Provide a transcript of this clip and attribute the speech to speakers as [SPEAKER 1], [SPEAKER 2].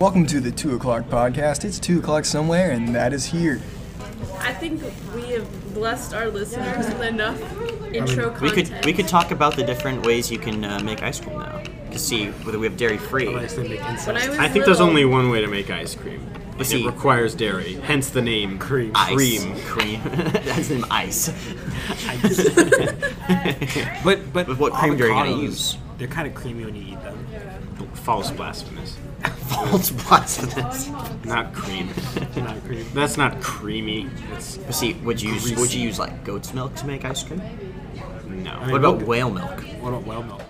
[SPEAKER 1] Welcome to the 2 o'clock podcast. It's 2 o'clock somewhere, and that is here.
[SPEAKER 2] I think we have blessed our listeners with enough intro
[SPEAKER 3] We
[SPEAKER 2] content.
[SPEAKER 3] could we could talk about the different ways you can uh, make ice cream now to see whether we have dairy free.
[SPEAKER 4] Oh,
[SPEAKER 2] When I, was
[SPEAKER 4] I think there's
[SPEAKER 2] little,
[SPEAKER 4] only one way to make ice cream. And
[SPEAKER 3] see-
[SPEAKER 4] it requires dairy, hence the name cream. Cream.
[SPEAKER 3] cream. That's the name ice.
[SPEAKER 5] But but
[SPEAKER 3] With what cream are you gonna
[SPEAKER 5] avocados,
[SPEAKER 3] use?
[SPEAKER 5] They're kind of creamy when you eat them.
[SPEAKER 4] False blasphemous.
[SPEAKER 3] False blasphemous.
[SPEAKER 4] Not cream.
[SPEAKER 5] They're not creamy.
[SPEAKER 4] That's not creamy. It's
[SPEAKER 3] But see, would you use, would you use like goat's milk to make ice cream?
[SPEAKER 4] no.
[SPEAKER 3] What about whale milk?
[SPEAKER 5] What about whale milk?